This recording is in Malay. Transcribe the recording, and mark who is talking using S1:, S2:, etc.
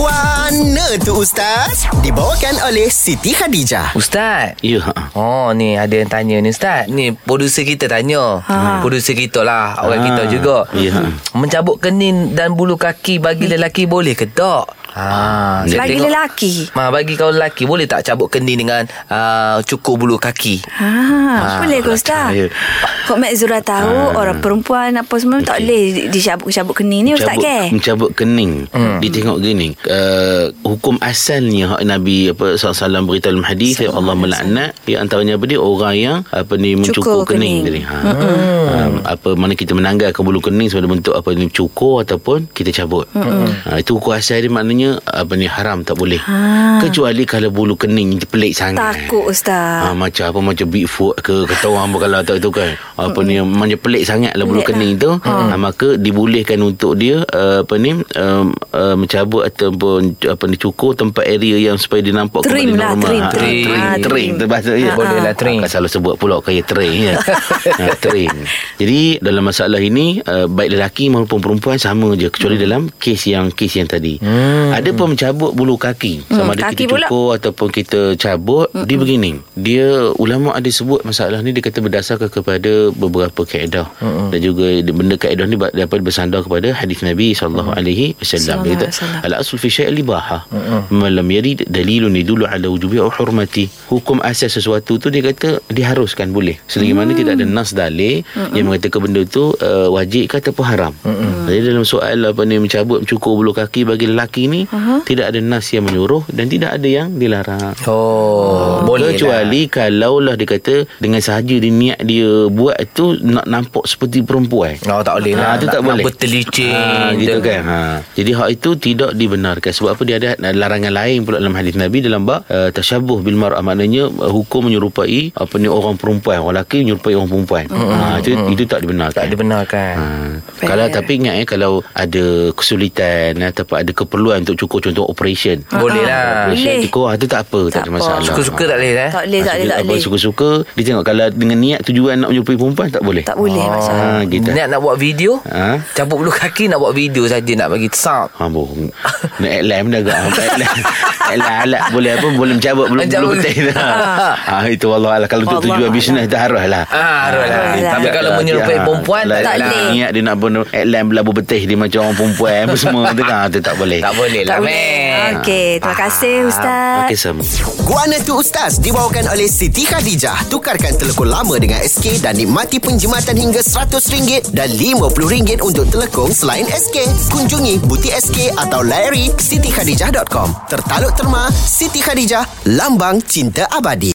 S1: Guana tu Ustaz Dibawakan oleh Siti Khadijah
S2: Ustaz
S3: Ya.
S2: Oh ni ada yang tanya ni Ustaz Ni producer kita tanya ha. Producer kita lah Orang
S3: Ah,
S2: kita juga
S3: ya.
S2: Mencabut kening dan bulu kaki Bagi lelaki boleh ke tak? Ha, saya
S4: Bagi
S2: tengok-
S4: lelaki?
S2: Ma, bagi kau lelaki Boleh tak cabut kening dengan uh, Cukur bulu kaki
S4: Ha, boleh ke Ustaz?
S3: saya.
S4: Kok Mak Zura tahu orang perempuan apa semua tak boleh dicabut-cabut kening ni Ustaz
S3: Mencabut,
S4: ke?
S3: mencabut kening hmm. Dia tengok gini uh, Hukum asalnya hak Nabi apa, SAW beritahu dalam hadis yang Allah melaknat Di antaranya apa dia Orang yang apa ni
S4: Cukur
S3: mencukur kening,
S4: kening. Hmm.
S3: kening. Ha. Um, Apa mana kita menanggalkan bulu kening Sebagai bentuk apa ni Cukur ataupun kita cabut
S4: Hmm.
S3: ha, Itu hukum asal dia maknanya Apa ni haram tak boleh Kecuali kalau bulu kening pelik sangat
S4: Ah. Takut
S3: Ha,
S4: Ustaz.
S3: macam apa macam Bigfoot ke kata orang apa kalau tak tu kan. Apa ni macam pelik sangat lah bulu
S4: Pelik
S3: kening tu. Ha, maka dibolehkan untuk dia uh, apa ni um, uh, mencabut ataupun apa ni cukur tempat area yang supaya dia nampak
S4: Trim
S3: kembali
S4: lah,
S3: normal.
S4: trim,
S3: Ha,
S4: trim.
S3: trim,
S4: Ah,
S3: trim,
S4: trim.
S3: trim. tu bahasa dia.
S2: Ah, Boleh lah, ah. trim.
S3: Kan selalu sebut pula kaya trim ya. ha, trim. Jadi dalam masalah ini uh, baik lelaki maupun perempuan sama je kecuali
S4: Hmm.
S3: dalam kes yang kes yang tadi. Ada pun mencabut bulu kaki sama
S4: Hmm,
S3: ada
S4: kaki
S3: kita
S4: pula. Hmm.
S3: cukur cukur ataupun kita cabut mm dia begini dia ulama ada sebut masalah ni dia kata berdasarkan kepada beberapa kaedah
S4: Hmm.
S3: mm dan juga benda kaedah ni ba- dapat bersandar kepada hadis Nabi sallallahu alaihi wasallam dia kata
S4: Wasallam.
S3: al aslu fi syai' libaha man lam yarid dalilun yadullu ala wujubi au hurmati hukum asas sesuatu tu dia kata diharuskan boleh selagi mana tidak ada nas dalil yang mengatakan benda tu uh, wajib ke ataupun haram jadi dalam soal apa ni mencabut mencukur bulu kaki bagi lelaki ni tidak ada nas yang menyuruh dan tidak ada yang dilarang
S2: Oh, Boleh
S3: Ah. Kecuali lah. kalaulah dia kata Dengan sahaja dia niat dia buat tu Nak nampak seperti perempuan
S2: lah Oh tak boleh lah
S3: Ah, tu
S2: nak,
S3: tak boleh.
S2: Nak bertelicin
S3: Ah, gitu
S2: Dan-
S3: kan. Ha. Jadi hak itu tidak dibenarkan sebab apa dia ada ha, larangan lain pula dalam hadis Nabi dalam bab uh, tasyabuh bil mar'ah maknanya uh, hukum menyerupai apa ni orang perempuan, orang lelaki menyerupai orang perempuan. Ha itu itu tak dibenarkan.
S2: Tak dibenarkan
S3: Ha. Kalau tapi ingat eh kalau ada kesulitan eh, ataupun ada keperluan untuk cukur contoh operation.
S2: Boleh lah
S3: Operation
S4: Boleh.
S3: cukur itu tak apa, tak,
S4: Tak
S3: ada
S4: apa.
S3: masalah.
S2: Suka-suka tak boleh eh
S4: Tak boleh, tak boleh, tak
S3: Apa,
S4: boleh.
S3: Suka-suka dia tengok kalau dengan niat tujuan nak menyerupai perempuan tak boleh.
S4: Tak boleh macam.
S3: Ha gitu.
S2: Ah. Niat nak buat video ha?
S3: Ha?
S2: Cabut bulu kaki Nak buat video saja Nak bagi sub
S3: Ha bohong. Nak alam dah agak Nak alam. Alam alat boleh apa boleh mencabut belum
S2: Mencabut.
S3: belum betul.
S2: Ah.
S3: Ha itu Allah Allah kalau untuk
S4: Allah
S3: tujuan bisnes dah harus lah.
S2: Ah, harus lah. Tapi
S3: tidak
S2: kalau
S3: lah.
S2: menyerupai
S3: Ah,
S2: perempuan, tak
S3: lah.
S4: boleh.
S3: Niat dia nak bunuh alam belabu betih lah, dia macam orang perempuan apa semua tu kan tu tak boleh. Ah.
S2: Tak boleh
S4: Tak
S2: lah
S4: boleh.
S2: man
S4: Okey, terima kasih Ustaz.
S3: Okey sama.
S1: Guana tu Ustaz Dibawakan oleh Siti Khadijah Tukarkan telekong lama dengan SK Dan nikmati penjimatan hingga RM100 Dan RM50 untuk telekong selain SK Kunjungi butik SK atau layari sitikhadijah.com Tertaluk terma Siti Khadijah Lambang Cinta Abadi